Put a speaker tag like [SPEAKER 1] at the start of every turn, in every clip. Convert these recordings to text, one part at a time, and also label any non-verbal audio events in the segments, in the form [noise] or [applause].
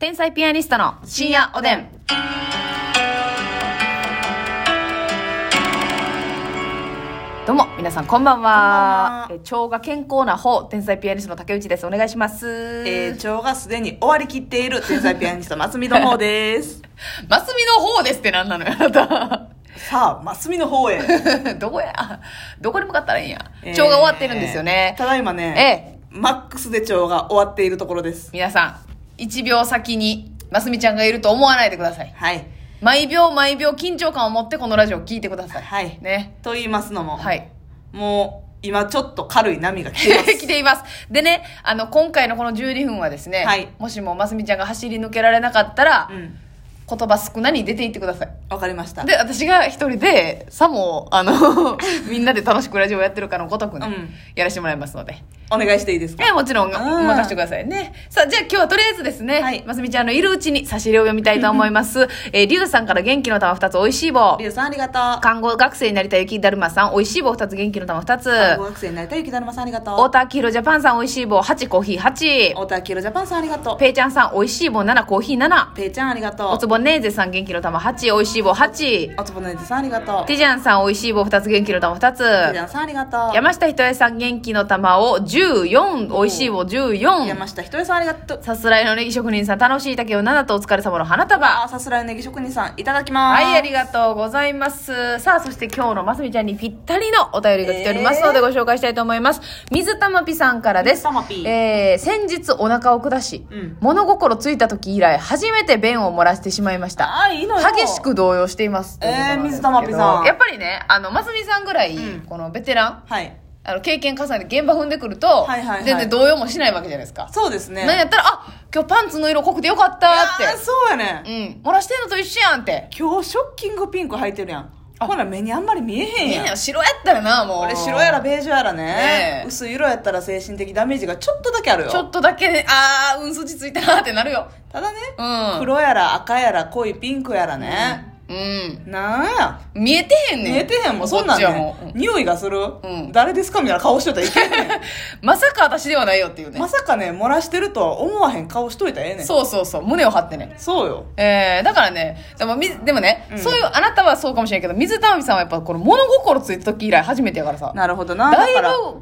[SPEAKER 1] 天才ピアニストの深夜おでん。どうも、皆さんこんばんは。
[SPEAKER 2] こんばんは
[SPEAKER 1] え腸が健康な方、天才ピアニストの竹内です。お願いします。
[SPEAKER 2] えー、腸がすでに終わりきっている天才ピアニスト、ますみの方です。
[SPEAKER 1] マスミの方ですってなんなのよ、あなた。
[SPEAKER 2] [laughs] さあ、ますみの方へ。 [laughs]
[SPEAKER 1] [laughs] どこやどこに向かったらいいんや、腸が終わってるんですよね
[SPEAKER 2] えー。ただいまね、マックスで腸が終わっているところです。
[SPEAKER 1] 皆さん、1秒先に、ますみちゃんがいると思わないでください。
[SPEAKER 2] はい。
[SPEAKER 1] 毎秒毎秒緊張感を持ってこのラジオを聞いてください。
[SPEAKER 2] はい
[SPEAKER 1] ね。
[SPEAKER 2] と言いますのも、
[SPEAKER 1] はい。
[SPEAKER 2] もう、今ちょっと軽い波が来てます。
[SPEAKER 1] 来ています。でね、あの、今回のこの12分はですね、
[SPEAKER 2] はい
[SPEAKER 1] もしもますみちゃんが走り抜けられなかった
[SPEAKER 2] [laughs]
[SPEAKER 1] ら、
[SPEAKER 2] うん。
[SPEAKER 1] 言葉少なに出ていってください。
[SPEAKER 2] わかりました。
[SPEAKER 1] で、私が一人で、さも、あ
[SPEAKER 2] [laughs]
[SPEAKER 1] の、みんなで楽しくラジオやってるかのごとくね、
[SPEAKER 2] うん
[SPEAKER 1] やらせてもらいますので。
[SPEAKER 2] お願いしていいですか
[SPEAKER 1] えもちろん、お
[SPEAKER 2] あー
[SPEAKER 1] 任せてくださいね。さあ、じゃあ今日はとりあえずですね、
[SPEAKER 2] はい
[SPEAKER 1] ますみちゃんのいるうちに差し入れを読みたいと思い
[SPEAKER 2] [laughs]
[SPEAKER 1] ます。えー、りゅうさんから元気の玉2つ、おいしい棒
[SPEAKER 2] り。ゅうさんありがと
[SPEAKER 1] 看護学生になりたい雪だるまさん、おいしい棒2つ、元気の玉2つ。
[SPEAKER 2] う。ご学生になりたいゆきだるまさんありがとう。
[SPEAKER 1] 太田黄色ジャパンさん、おいしい棒8、コーヒー8。
[SPEAKER 2] 太田きろジャパンさんありがとう。
[SPEAKER 1] ペイちゃんさん、おいしい棒7、コーヒー7。
[SPEAKER 2] ぺいちゃんありがとう。
[SPEAKER 1] おつぼねーぜさん、元気の玉8、おいしい棒8。
[SPEAKER 2] おつぼねずさんありがとう。
[SPEAKER 1] ティジャンさん、おいしい棒2つ、元気の玉2
[SPEAKER 2] てじ
[SPEAKER 1] つ。
[SPEAKER 2] ゃんさんありがとう。
[SPEAKER 1] 山下ひとえさん、元気の玉を14、おいしい棒14。
[SPEAKER 2] 山下ひとえさんありがとう。
[SPEAKER 1] さすらいのネギ職人さん、楽しい竹を7とお疲れ様の花
[SPEAKER 2] あ
[SPEAKER 1] 束。
[SPEAKER 2] ー、さすらいネギ職人さん、いただきます。
[SPEAKER 1] はい、ありがとうございます。さあ、そして今日のますみちゃんにぴったりのお便りが来ておりますので
[SPEAKER 2] え
[SPEAKER 1] ご紹介したいと思います。水玉ぴさんからです。
[SPEAKER 2] 水玉ぴ
[SPEAKER 1] えー、先日お腹を下し、
[SPEAKER 2] うん
[SPEAKER 1] 物心ついた時以来、初めて便を漏らしてしまいました。
[SPEAKER 2] あーいいのよ
[SPEAKER 1] 激しく動揺しています。
[SPEAKER 2] えー
[SPEAKER 1] ということなんですけど
[SPEAKER 2] 水玉ぴさん
[SPEAKER 1] やっぱりね、あの、ますみさんぐらい、
[SPEAKER 2] うん
[SPEAKER 1] このベテラン、
[SPEAKER 2] はい。
[SPEAKER 1] あの、経験重ねて現場踏んでくると、
[SPEAKER 2] はいはいはい
[SPEAKER 1] 全然動揺もしないわけじゃないですか。
[SPEAKER 2] そうですね。
[SPEAKER 1] なんやったら、あ、今日パンツの色濃くてよかった
[SPEAKER 2] いやー
[SPEAKER 1] っ
[SPEAKER 2] そうやね、
[SPEAKER 1] て。うん。漏らしてんのと一緒やんって。
[SPEAKER 2] 今日ショッキングピンク履いてるやんほら目にあんまり見えへん
[SPEAKER 1] い
[SPEAKER 2] やん
[SPEAKER 1] や白やったらな、もう。
[SPEAKER 2] 俺白やらベージュやらね
[SPEAKER 1] ねえ
[SPEAKER 2] 薄い色やったら精神的ダメージがちょっとだけあるよ
[SPEAKER 1] ちょっとだけね、あー、うんすじついたなってなるよ。
[SPEAKER 2] ただね、
[SPEAKER 1] うん
[SPEAKER 2] 黒やら赤やら濃いピンクやらね、
[SPEAKER 1] うん。
[SPEAKER 2] なんや
[SPEAKER 1] 見えてへんねん。
[SPEAKER 2] 見えてへんもんそんなん
[SPEAKER 1] こっちはも
[SPEAKER 2] ね
[SPEAKER 1] ううん
[SPEAKER 2] 匂いがする、
[SPEAKER 1] ん
[SPEAKER 2] 誰ですかみたいな顔しといたらいけ
[SPEAKER 1] [laughs]
[SPEAKER 2] んね
[SPEAKER 1] まさか私ではないよっていうね。
[SPEAKER 2] んまさかね漏らしてるとは思わへん顔しといたらええねん
[SPEAKER 1] そうそうそう、胸を張ってね。
[SPEAKER 2] そうよ
[SPEAKER 1] えー、だからね、でもみ、でもね、
[SPEAKER 2] うん
[SPEAKER 1] そういう、あなたはそうかもしれんけど、水玉美さんはやっぱこの物心ついた時以来初めてやからさ。
[SPEAKER 2] なるほどな
[SPEAKER 1] だいぶ
[SPEAKER 2] だから、
[SPEAKER 1] ぐっ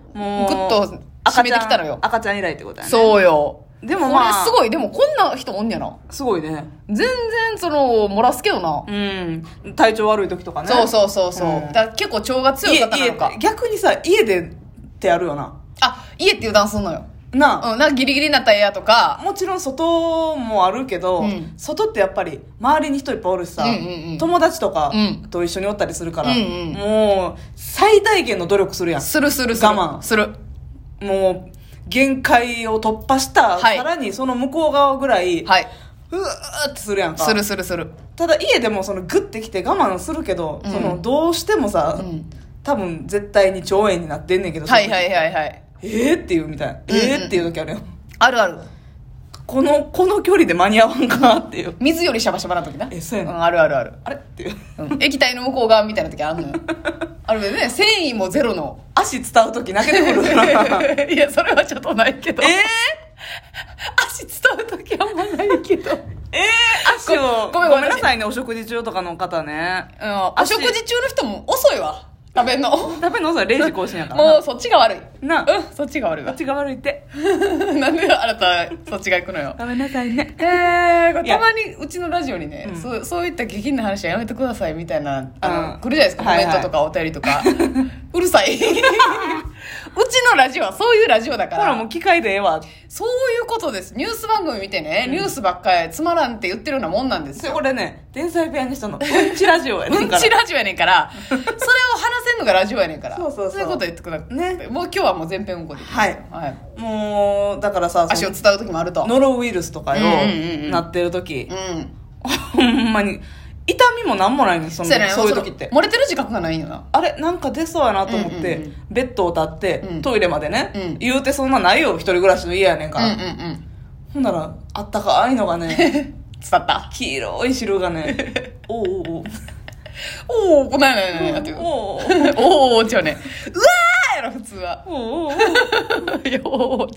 [SPEAKER 1] と締めてきたのよ
[SPEAKER 2] 赤ちゃん。赤ちゃん以来ってことやね
[SPEAKER 1] そうよ。
[SPEAKER 2] でもまあ
[SPEAKER 1] これすごい、でもこんな人おんねやな。
[SPEAKER 2] すごいね
[SPEAKER 1] 全然その、漏らすけどな。
[SPEAKER 2] うん、体調悪い時とかね
[SPEAKER 1] そうそうそうそう。
[SPEAKER 2] うん
[SPEAKER 1] だから結構腸が強い方なのか
[SPEAKER 2] 家。家逆にさ家でってやるよな
[SPEAKER 1] あ、家って油断すんのよ。
[SPEAKER 2] なあ、
[SPEAKER 1] うん、なんかギリギリになったらええやとか、
[SPEAKER 2] もちろん外もあるけど、
[SPEAKER 1] うん
[SPEAKER 2] 外ってやっぱり周りに人いっぱいおるしさ、
[SPEAKER 1] うんうんうん
[SPEAKER 2] 友達とか
[SPEAKER 1] うん
[SPEAKER 2] と一緒におったりするから、
[SPEAKER 1] うんうん
[SPEAKER 2] もう最大限の努力するや
[SPEAKER 1] するするする。
[SPEAKER 2] 我慢
[SPEAKER 1] する。
[SPEAKER 2] んもう限界を突破した、
[SPEAKER 1] はい
[SPEAKER 2] さらにその向こう側ぐらい、
[SPEAKER 1] はい。
[SPEAKER 2] うわーってするやんか
[SPEAKER 1] するするする。
[SPEAKER 2] ただ家でもそのグッてきて我慢するけど、
[SPEAKER 1] うん
[SPEAKER 2] そのどうしてもさ、
[SPEAKER 1] うん。
[SPEAKER 2] 多分絶対に腸炎になってんねんけど、
[SPEAKER 1] はいはいはいはい。
[SPEAKER 2] えーっていうみたいな、
[SPEAKER 1] うんうん
[SPEAKER 2] えーっていう時あるよ
[SPEAKER 1] あるある。
[SPEAKER 2] このこの距離で間に合わんかなっていう
[SPEAKER 1] 水よりシャバシャバな時な。
[SPEAKER 2] えそうや
[SPEAKER 1] う、
[SPEAKER 2] なん
[SPEAKER 1] あるあるある。
[SPEAKER 2] あれっていう
[SPEAKER 1] うん、液体の向こう側みたいな時あるの [laughs] よ。あるよね、繊維もゼロ [laughs] の。
[SPEAKER 2] 足伝う時泣けてく
[SPEAKER 1] [laughs]
[SPEAKER 2] るなえ
[SPEAKER 1] いや、それはちょっとないけど。
[SPEAKER 2] ー、
[SPEAKER 1] 足伝う時はあんまないけど。
[SPEAKER 2] えー、足を
[SPEAKER 1] ご
[SPEAKER 2] ご
[SPEAKER 1] ごめんごめ
[SPEAKER 2] めん
[SPEAKER 1] ん
[SPEAKER 2] なさいねお食事中とかの方ね
[SPEAKER 1] うん、お食事中の人も遅いわ。食べんの。も
[SPEAKER 2] 食べんのさ0時更新やからな
[SPEAKER 1] うそっちが悪い。
[SPEAKER 2] な
[SPEAKER 1] うん、そっちが悪いわ。
[SPEAKER 2] 口が悪いって
[SPEAKER 1] [laughs] なんであなたそっちが行くのよ。
[SPEAKER 2] ごめんなさいね
[SPEAKER 1] えー、これ
[SPEAKER 2] いや
[SPEAKER 1] たまにうちのラジオにね、
[SPEAKER 2] うん
[SPEAKER 1] そうそういった下品な話はやめてくださいみたいなあの、
[SPEAKER 2] うん
[SPEAKER 1] 来るじゃないですかコ
[SPEAKER 2] はい
[SPEAKER 1] メン
[SPEAKER 2] はい
[SPEAKER 1] トとかお便りと
[SPEAKER 2] [laughs]
[SPEAKER 1] か、うるさいうちのラジオはそういうラジオだか
[SPEAKER 2] ほら
[SPEAKER 1] ら
[SPEAKER 2] もう機械でええわ
[SPEAKER 1] そういうことですニュース番組見てね、ニュースばっかりつまらんって言ってるようなもんなんです
[SPEAKER 2] それ
[SPEAKER 1] よ
[SPEAKER 2] これね天才ピアニストのうんちラジオや
[SPEAKER 1] う
[SPEAKER 2] ねん
[SPEAKER 1] ん
[SPEAKER 2] から
[SPEAKER 1] ちラジオやねんからそれを話せんのがラジオやねんから
[SPEAKER 2] そうそうそう
[SPEAKER 1] いうこと言ってください
[SPEAKER 2] ね
[SPEAKER 1] もう今日はもう全編うんこでいきますよはい、
[SPEAKER 2] もうだからさ
[SPEAKER 1] 足
[SPEAKER 2] そ
[SPEAKER 1] を
[SPEAKER 2] の
[SPEAKER 1] 伝う時もあると
[SPEAKER 2] ノロウイルスとかよ、
[SPEAKER 1] うんうんうんうん
[SPEAKER 2] なってる時
[SPEAKER 1] う、ん
[SPEAKER 2] ほんまに痛みもなんもないねんその
[SPEAKER 1] やね
[SPEAKER 2] そういう時って
[SPEAKER 1] 漏れてる自覚がないんよな
[SPEAKER 2] あれなんか出そうやなと思って、
[SPEAKER 1] うんうんうん
[SPEAKER 2] ベッドを立って、
[SPEAKER 1] うん
[SPEAKER 2] トイレまでね、
[SPEAKER 1] うん
[SPEAKER 2] 言うてそんなないよ一人暮らしの家やねん
[SPEAKER 1] う
[SPEAKER 2] か
[SPEAKER 1] んうん
[SPEAKER 2] ら、
[SPEAKER 1] うん
[SPEAKER 2] ほんならあったかいの
[SPEAKER 1] [laughs]
[SPEAKER 2] がね
[SPEAKER 1] 伝った
[SPEAKER 2] 黄色い汁
[SPEAKER 1] [laughs]
[SPEAKER 2] がねおうおうおう
[SPEAKER 1] おお、ないないないないっていう。お
[SPEAKER 2] おうおう
[SPEAKER 1] おお、違うね。うわーやろ、普通は。 [laughs]
[SPEAKER 2] おうおうおう
[SPEAKER 1] いや、おお、違う。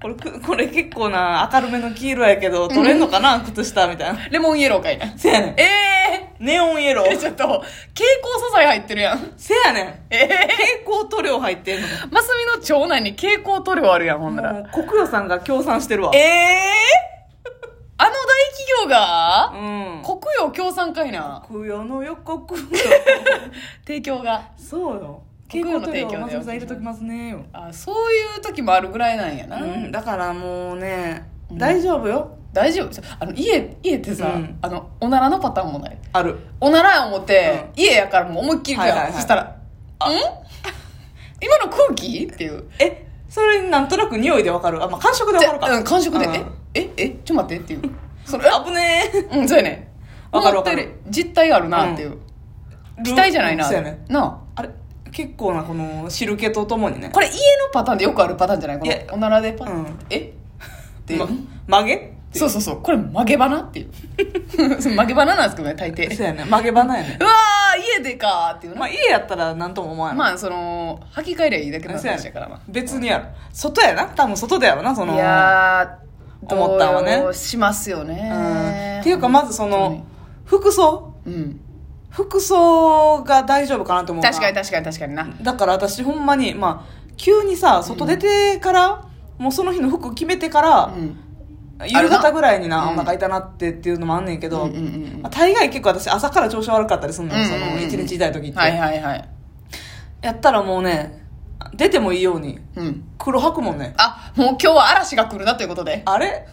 [SPEAKER 2] これくこれ結構な明るめの黄色やけど取れんのかな、靴下みたいな
[SPEAKER 1] レモンイエローかいな。
[SPEAKER 2] せやねん
[SPEAKER 1] ええ
[SPEAKER 2] ネオンイエロ
[SPEAKER 1] え [laughs]
[SPEAKER 2] ー
[SPEAKER 1] ちょっと、蛍光素材入ってるやん。
[SPEAKER 2] せやねん
[SPEAKER 1] ええ
[SPEAKER 2] 蛍光塗料入ってんの
[SPEAKER 1] マスミの腸内に蛍光塗料あるやん、ほんなら。
[SPEAKER 2] もう国与さんが協賛してるわ
[SPEAKER 1] ええあの大企業
[SPEAKER 2] う
[SPEAKER 1] が、
[SPEAKER 2] ん
[SPEAKER 1] 国用協賛会な。
[SPEAKER 2] 国与の予 [laughs] 告
[SPEAKER 1] 提供が。
[SPEAKER 2] そうよ
[SPEAKER 1] 国
[SPEAKER 2] 蛍
[SPEAKER 1] 与の提供だよ
[SPEAKER 2] 光塗料松本さん入れときますねよ、
[SPEAKER 1] あそういう時もあるぐらいなんやな。
[SPEAKER 2] うん、だからもうね、
[SPEAKER 1] うん
[SPEAKER 2] 大丈夫よ
[SPEAKER 1] 大丈夫そうあの、家、家ってさ、
[SPEAKER 2] うん
[SPEAKER 1] あの、おならのパターンもない。
[SPEAKER 2] ある
[SPEAKER 1] おならや思って、家やからもう思いっきり行くやん。
[SPEAKER 2] はいはいはい
[SPEAKER 1] そしたら、ん今の空気って
[SPEAKER 2] [laughs]
[SPEAKER 1] いう。
[SPEAKER 2] えそれなんとなく匂いでわかるあ、まあ、感触でわかる
[SPEAKER 1] じゃ
[SPEAKER 2] か
[SPEAKER 1] うん、感触で、
[SPEAKER 2] うん
[SPEAKER 1] え、え、え、ちょっと待ってっていう。それ、
[SPEAKER 2] [laughs] あぶねえ
[SPEAKER 1] うん、そうやね。
[SPEAKER 2] わかる
[SPEAKER 1] 思ったより実体あるなっていう。期待じゃないな。
[SPEAKER 2] そうやね
[SPEAKER 1] な
[SPEAKER 2] あれ結構なこの汁気とともにね
[SPEAKER 1] あ。これ家のパターンでよくあるパターンじゃないこ
[SPEAKER 2] いや
[SPEAKER 1] のおならでパターン。
[SPEAKER 2] うん
[SPEAKER 1] えっていう。
[SPEAKER 2] ま、曲げ
[SPEAKER 1] そうそうそう。これ曲げ花っていう。 [laughs] そう曲げ花なんですけどね、大抵。
[SPEAKER 2] そうやね曲げ花やね
[SPEAKER 1] うわー、家でかーっていうな。
[SPEAKER 2] ま
[SPEAKER 1] ま
[SPEAKER 2] あ家やったら何とも思わ
[SPEAKER 1] あ、
[SPEAKER 2] ない、
[SPEAKER 1] その、履き替えりゃいいだけの
[SPEAKER 2] そうや
[SPEAKER 1] 話
[SPEAKER 2] ね
[SPEAKER 1] だからな。
[SPEAKER 2] 別にやろ外やな多分外だやろなその
[SPEAKER 1] いやー、
[SPEAKER 2] 思ったんはね
[SPEAKER 1] 動揺しますよ
[SPEAKER 2] うん
[SPEAKER 1] ね。
[SPEAKER 2] っていうかまずその服装
[SPEAKER 1] 本当に、うん。
[SPEAKER 2] 服装が大丈夫かなと思うな
[SPEAKER 1] 確かに確かに確かにな。
[SPEAKER 2] だから私ほんまにまあ急にさ外出てから、もうその日の服決めてから、
[SPEAKER 1] うん。
[SPEAKER 2] 夕方ぐらいに
[SPEAKER 1] う
[SPEAKER 2] な、
[SPEAKER 1] ん
[SPEAKER 2] お腹痛なってっていうのもあんねんけど、
[SPEAKER 1] うんうんうんうん
[SPEAKER 2] まあ大概結構私朝から調子悪かったりするのよ、
[SPEAKER 1] うんうんうん
[SPEAKER 2] その一日痛い時って、
[SPEAKER 1] はいはいはい。
[SPEAKER 2] やったらもうね出てもいいように
[SPEAKER 1] うん。
[SPEAKER 2] 黒吐くもんね
[SPEAKER 1] あ、もう今日は嵐が来るなということで。 [laughs]
[SPEAKER 2] あれ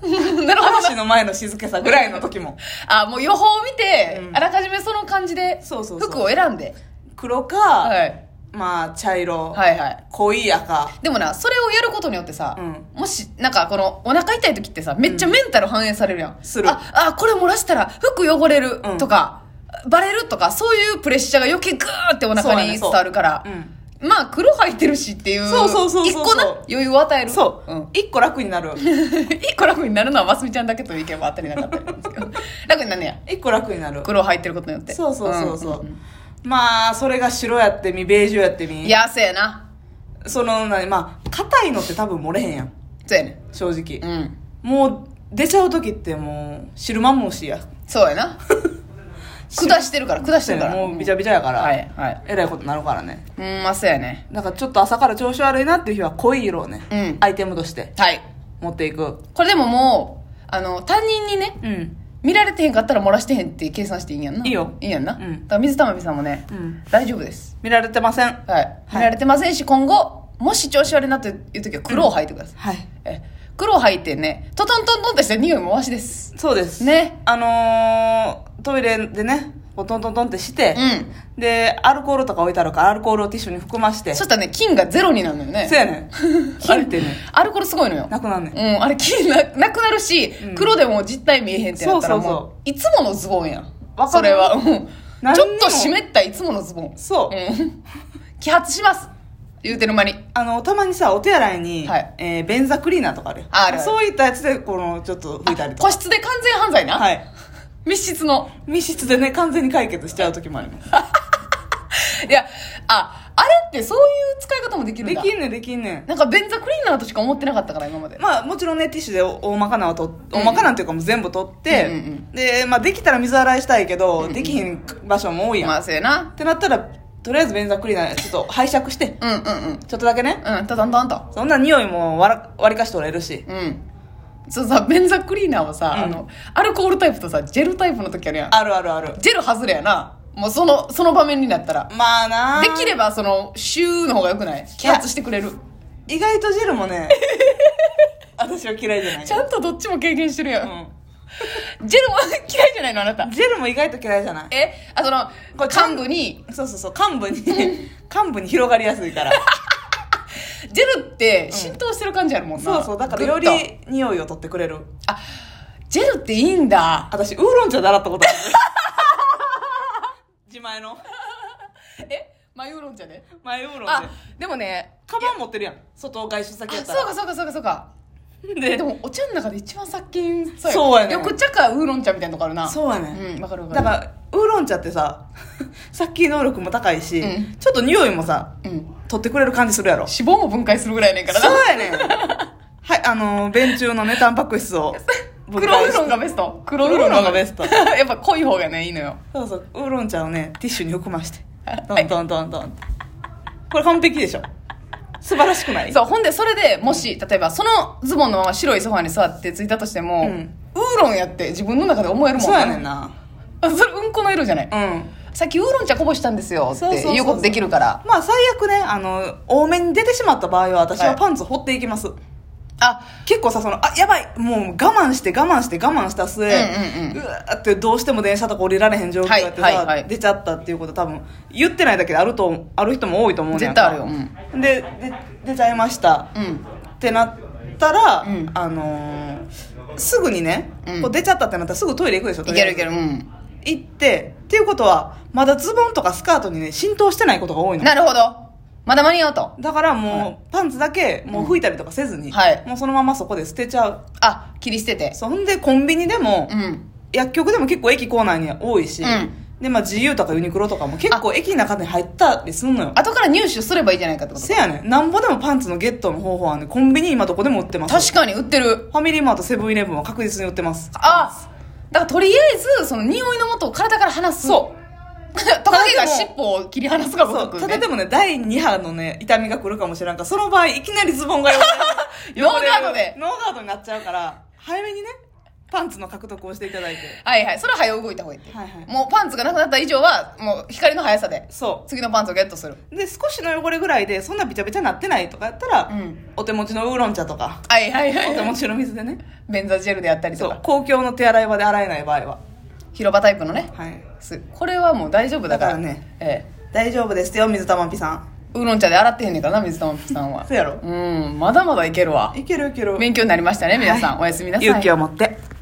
[SPEAKER 1] なるほど。
[SPEAKER 2] 嵐の前の静けさぐらいの時
[SPEAKER 1] [laughs]
[SPEAKER 2] も
[SPEAKER 1] あ、もう予報を見て、
[SPEAKER 2] うん
[SPEAKER 1] あらかじめその感じで、
[SPEAKER 2] そうそうそう
[SPEAKER 1] 服を選んで。
[SPEAKER 2] 黒か、
[SPEAKER 1] はい。
[SPEAKER 2] まあ茶色、
[SPEAKER 1] はいはい。
[SPEAKER 2] 濃い赤
[SPEAKER 1] でもな、それをやることによってさ、
[SPEAKER 2] う
[SPEAKER 1] もし、なんかこの、お腹痛い時ってさ、めっちゃメンタル反映されるやん。
[SPEAKER 2] する
[SPEAKER 1] あ、あ、これ漏らしたら服汚れる
[SPEAKER 2] うん
[SPEAKER 1] とか、バレるとか、そういうプレッシャーが余計グーってお
[SPEAKER 2] そう
[SPEAKER 1] 腹
[SPEAKER 2] やね
[SPEAKER 1] に
[SPEAKER 2] そ
[SPEAKER 1] 伝
[SPEAKER 2] う
[SPEAKER 1] わるから、
[SPEAKER 2] うん
[SPEAKER 1] まあ黒入ってるしっていう、
[SPEAKER 2] そうそうそうそうそう
[SPEAKER 1] 一個な、余裕を与える。
[SPEAKER 2] そう、
[SPEAKER 1] ん [laughs]
[SPEAKER 2] 一個楽になる
[SPEAKER 1] 一個楽になるのはますみちゃんだけという意見もあったりなかったりなんですけど [laughs] 楽になるねや
[SPEAKER 2] 一個楽になる
[SPEAKER 1] 黒入ってることによって
[SPEAKER 2] そうそうそうそう、
[SPEAKER 1] んんん
[SPEAKER 2] まあそれが白やってみベージュやってみ
[SPEAKER 1] いやせやな
[SPEAKER 2] そのなまあ硬いのって多分漏れへんやん
[SPEAKER 1] そうやね
[SPEAKER 2] 正直、
[SPEAKER 1] うん
[SPEAKER 2] もう出ちゃう時ってもう汁まんもしや
[SPEAKER 1] そうや
[SPEAKER 2] [laughs]
[SPEAKER 1] な下してるから下してるから
[SPEAKER 2] もうびちゃびちゃやから、
[SPEAKER 1] はいはい
[SPEAKER 2] えらいことになるからね
[SPEAKER 1] うんまあそうやね
[SPEAKER 2] なんかちょっと朝から調子悪いなっていう日は濃い色をね、
[SPEAKER 1] うん
[SPEAKER 2] アイテムとして
[SPEAKER 1] はい
[SPEAKER 2] 持っていく
[SPEAKER 1] これでももうあの他人にね
[SPEAKER 2] うん
[SPEAKER 1] 見られてへんかったら漏らしてへんって計算していいんやんない
[SPEAKER 2] いよ
[SPEAKER 1] いいやんな、
[SPEAKER 2] うん
[SPEAKER 1] だから水溜りさんもね、
[SPEAKER 2] うん
[SPEAKER 1] 大丈夫です
[SPEAKER 2] 見られてませんは
[SPEAKER 1] はい見られてませんし、今後もし調子悪いなという時は黒を吐いてください、
[SPEAKER 2] い
[SPEAKER 1] え黒履いてねトトントントンってした匂いもわしです
[SPEAKER 2] そうです
[SPEAKER 1] ね
[SPEAKER 2] あのー、トイレでねこうトントントンってして
[SPEAKER 1] う、ん
[SPEAKER 2] でアルコールとか置いてあるからアルコールをティッシュに含まして
[SPEAKER 1] そ
[SPEAKER 2] そ
[SPEAKER 1] したらね菌がゼロになるのよね
[SPEAKER 2] うやね
[SPEAKER 1] [laughs]
[SPEAKER 2] んあれってね
[SPEAKER 1] アルコールすごいのよ
[SPEAKER 2] なくなんねん
[SPEAKER 1] うんあれ菌ななくなるし、
[SPEAKER 2] うん
[SPEAKER 1] 黒でも実体見えへんってなったら
[SPEAKER 2] そうそうそう
[SPEAKER 1] もういつものズボンやん
[SPEAKER 2] わかる
[SPEAKER 1] それはうん
[SPEAKER 2] 何
[SPEAKER 1] ち
[SPEAKER 2] に
[SPEAKER 1] ょ
[SPEAKER 2] も
[SPEAKER 1] っと湿ったいつものズボン
[SPEAKER 2] そう、
[SPEAKER 1] うん [laughs] 揮発します言うてる間に
[SPEAKER 2] あの、たまにさ、お手洗いに、
[SPEAKER 1] はい
[SPEAKER 2] えー便座クリーナーとかあるやん
[SPEAKER 1] あるある
[SPEAKER 2] そういったやつで、この、ちょっと拭いたりとか。
[SPEAKER 1] 個室で完全犯罪な、
[SPEAKER 2] はい。
[SPEAKER 1] 密室の
[SPEAKER 2] 密室でね、完全に解決しちゃう時もあります。
[SPEAKER 1] いやああれってそういう使い方もできるん
[SPEAKER 2] で
[SPEAKER 1] だ
[SPEAKER 2] きんねん、できんねん。
[SPEAKER 1] なんか便座クリーナーとしか思ってなかったから今まで
[SPEAKER 2] まあ、もちろんね、ティッシュでお大まかなはと、大まかなんていうかもう全部取って、
[SPEAKER 1] うんうん
[SPEAKER 2] で、まあ、できたら水洗いしたいけど、できひん場所も多いやん。
[SPEAKER 1] ま
[SPEAKER 2] っ
[SPEAKER 1] あそうやな
[SPEAKER 2] てなったら、とりあえず便座クリーナー、ちょっと拝借して、
[SPEAKER 1] うんうんうん。
[SPEAKER 2] ちょっとだけね。
[SPEAKER 1] うん、たたんたんと。
[SPEAKER 2] そんな匂いもわら割りかし取れるし。
[SPEAKER 1] うん。そうさ、便座クリーナーはさ、
[SPEAKER 2] うん
[SPEAKER 1] あの、アルコールタイプとさ、ジェルタイプの時あるやん。
[SPEAKER 2] あるあるある。
[SPEAKER 1] ジェル外れやな。もうその、その場面になったら。
[SPEAKER 2] まあな
[SPEAKER 1] できれば、その、シューの方が良くない揮発してくれる。
[SPEAKER 2] 意外とジェルも
[SPEAKER 1] [laughs]
[SPEAKER 2] ね、私は嫌いじゃない。
[SPEAKER 1] ちゃんとどっちも経験してるやん。
[SPEAKER 2] うん
[SPEAKER 1] ジェルも嫌いじゃないのあなた。
[SPEAKER 2] ジェルも意外と嫌いじゃない
[SPEAKER 1] えあ、その、
[SPEAKER 2] これちゃん
[SPEAKER 1] 幹部に、
[SPEAKER 2] そうそうそう
[SPEAKER 1] [laughs]
[SPEAKER 2] 幹部に幹部に広がりやすいから
[SPEAKER 1] ジェルって浸透してる感じあるもんな。
[SPEAKER 2] そうそうだから
[SPEAKER 1] ぐ
[SPEAKER 2] よ
[SPEAKER 1] っと
[SPEAKER 2] り匂いを取ってくれる
[SPEAKER 1] ジェルっていいんだ。
[SPEAKER 2] 私ウーロン茶習ったこと
[SPEAKER 1] [laughs]
[SPEAKER 2] ある自前の
[SPEAKER 1] えマユーロン茶で
[SPEAKER 2] 前ウーロン茶
[SPEAKER 1] あ、でもね、
[SPEAKER 2] カバン持ってるやん外外出
[SPEAKER 1] あ、
[SPEAKER 2] 先や
[SPEAKER 1] そう
[SPEAKER 2] ったら
[SPEAKER 1] かそうかそうかそうか。
[SPEAKER 2] で
[SPEAKER 1] でもお茶の中で一番殺菌作用
[SPEAKER 2] そうやねん
[SPEAKER 1] 緑茶かウーロン茶みたいなとこあるな
[SPEAKER 2] そうや
[SPEAKER 1] う
[SPEAKER 2] ね、
[SPEAKER 1] んわかるわか
[SPEAKER 2] だ
[SPEAKER 1] る
[SPEAKER 2] からウーロン茶ってさ [laughs] 殺菌能力も高いし、
[SPEAKER 1] うん
[SPEAKER 2] ちょっと匂いもさ
[SPEAKER 1] うん
[SPEAKER 2] 取ってくれる感じするやろそ
[SPEAKER 1] 脂肪も分解するぐらいやねんからな。
[SPEAKER 2] うやねんはい、あのー、弁中のね、タンパク質を
[SPEAKER 1] [laughs] 黒ウーロンがベスト黒ウーロン
[SPEAKER 2] 黒ウーロンがベスト
[SPEAKER 1] [laughs] やっぱ濃い方がねいいのよ
[SPEAKER 2] そうそう、ウーロン茶をね、ティッシュに含まして
[SPEAKER 1] はい。
[SPEAKER 2] どんどんどんどん。これ完璧でしょ素晴らしくない
[SPEAKER 1] そうほんでそれでもし例えばそのズボンのまま白いソファに座って着いたとしても、
[SPEAKER 2] うん
[SPEAKER 1] ウーロンやって自分の中で思えるもん
[SPEAKER 2] そうやねんな。
[SPEAKER 1] あそれうんこの色じゃない、
[SPEAKER 2] うん。
[SPEAKER 1] さっきウーロン茶こぼしたんですよっ
[SPEAKER 2] そうそうそうそ
[SPEAKER 1] て
[SPEAKER 2] う
[SPEAKER 1] いうことできるから
[SPEAKER 2] まあ最悪ね、あの、多めに出てしまった場合は私
[SPEAKER 1] は
[SPEAKER 2] はいパンツ掘っていきます。
[SPEAKER 1] あ
[SPEAKER 2] 結構さ、その、あ、やばい、もう我慢して我慢して我慢した末、
[SPEAKER 1] うんうんうん
[SPEAKER 2] わーってどうしても電車とか降りられへん状況があってさ、
[SPEAKER 1] はいはいはい
[SPEAKER 2] 出ちゃったっていうこと多分、言ってないだけであると、ある人も多いと思うんや
[SPEAKER 1] 絶
[SPEAKER 2] んか
[SPEAKER 1] 対あるようん
[SPEAKER 2] で、で、出ちゃいました。
[SPEAKER 1] うん
[SPEAKER 2] ってなったら、
[SPEAKER 1] うん
[SPEAKER 2] あのーすぐにね、
[SPEAKER 1] うん
[SPEAKER 2] こう出ちゃったってなったらすぐトイレ行くでしょ
[SPEAKER 1] いけるいけ
[SPEAKER 2] る
[SPEAKER 1] るうん
[SPEAKER 2] 行ってっていうことはまだズボンとかスカートにね浸透してないことが多いの
[SPEAKER 1] なるほどまだ間に合うと
[SPEAKER 2] だからもう、パンツだけもう拭いたりとかせずに、
[SPEAKER 1] うんはい
[SPEAKER 2] もうそのままそこで捨てちゃう
[SPEAKER 1] あ切り捨てて
[SPEAKER 2] そんでコンビニでも、
[SPEAKER 1] うん
[SPEAKER 2] 薬局でも結構駅構内に多いし、
[SPEAKER 1] うん
[SPEAKER 2] でまあ GU とかユニクロとかも結構駅の中に入ったりすんのよ
[SPEAKER 1] 後から入手すればいいじゃないかってこと
[SPEAKER 2] せやねんなんぼでもパンツのゲットの方法はねコンビニ今どこでも売ってます
[SPEAKER 1] 確かに売ってる
[SPEAKER 2] ファミリーマートセブンイレブンは確実に売ってます
[SPEAKER 1] あだからとりあえずその匂いのもとを体から離す
[SPEAKER 2] そう
[SPEAKER 1] [laughs] トカゲが尻尾を切り離すがご
[SPEAKER 2] そ
[SPEAKER 1] と
[SPEAKER 2] う、
[SPEAKER 1] く
[SPEAKER 2] ただ
[SPEAKER 1] ね
[SPEAKER 2] でもね、第2波のね、痛みが来るかもしれんから、その場合、いきなりズボンが
[SPEAKER 1] ノーガードで
[SPEAKER 2] [laughs] ノーガードになっちゃうから、早めにね、パンツの獲得をしていただいて。
[SPEAKER 1] はいはいそれは早う動いた方がいいって、
[SPEAKER 2] はいはい
[SPEAKER 1] もうパンツがなくなった以上はもう光の速さで
[SPEAKER 2] そ
[SPEAKER 1] 次のパンツをゲットする
[SPEAKER 2] う。で、少しの汚れぐらいで、そんなびちゃびちゃなってないとかやったら、
[SPEAKER 1] うん
[SPEAKER 2] お手持ちのウーロン茶とか、
[SPEAKER 1] はいはいはい
[SPEAKER 2] お手
[SPEAKER 1] は
[SPEAKER 2] 持
[SPEAKER 1] い
[SPEAKER 2] ちの水でね、
[SPEAKER 1] ベンザジェルであったり
[SPEAKER 2] そ
[SPEAKER 1] と
[SPEAKER 2] う
[SPEAKER 1] か、
[SPEAKER 2] 公共の手洗い場で洗えない場合は。
[SPEAKER 1] 広場タイプのね
[SPEAKER 2] はい。
[SPEAKER 1] すこれはもう大丈夫だから
[SPEAKER 2] だからね
[SPEAKER 1] え
[SPEAKER 2] 大丈夫ですよ、水玉ピさん。
[SPEAKER 1] えウーロン茶で洗ってへんねんからな水玉さんは
[SPEAKER 2] そうやろ
[SPEAKER 1] うんまだまだいけるわ
[SPEAKER 2] いけるいける。
[SPEAKER 1] 勉強になりましたね皆さん、おやすみなさい
[SPEAKER 2] 勇気を持って。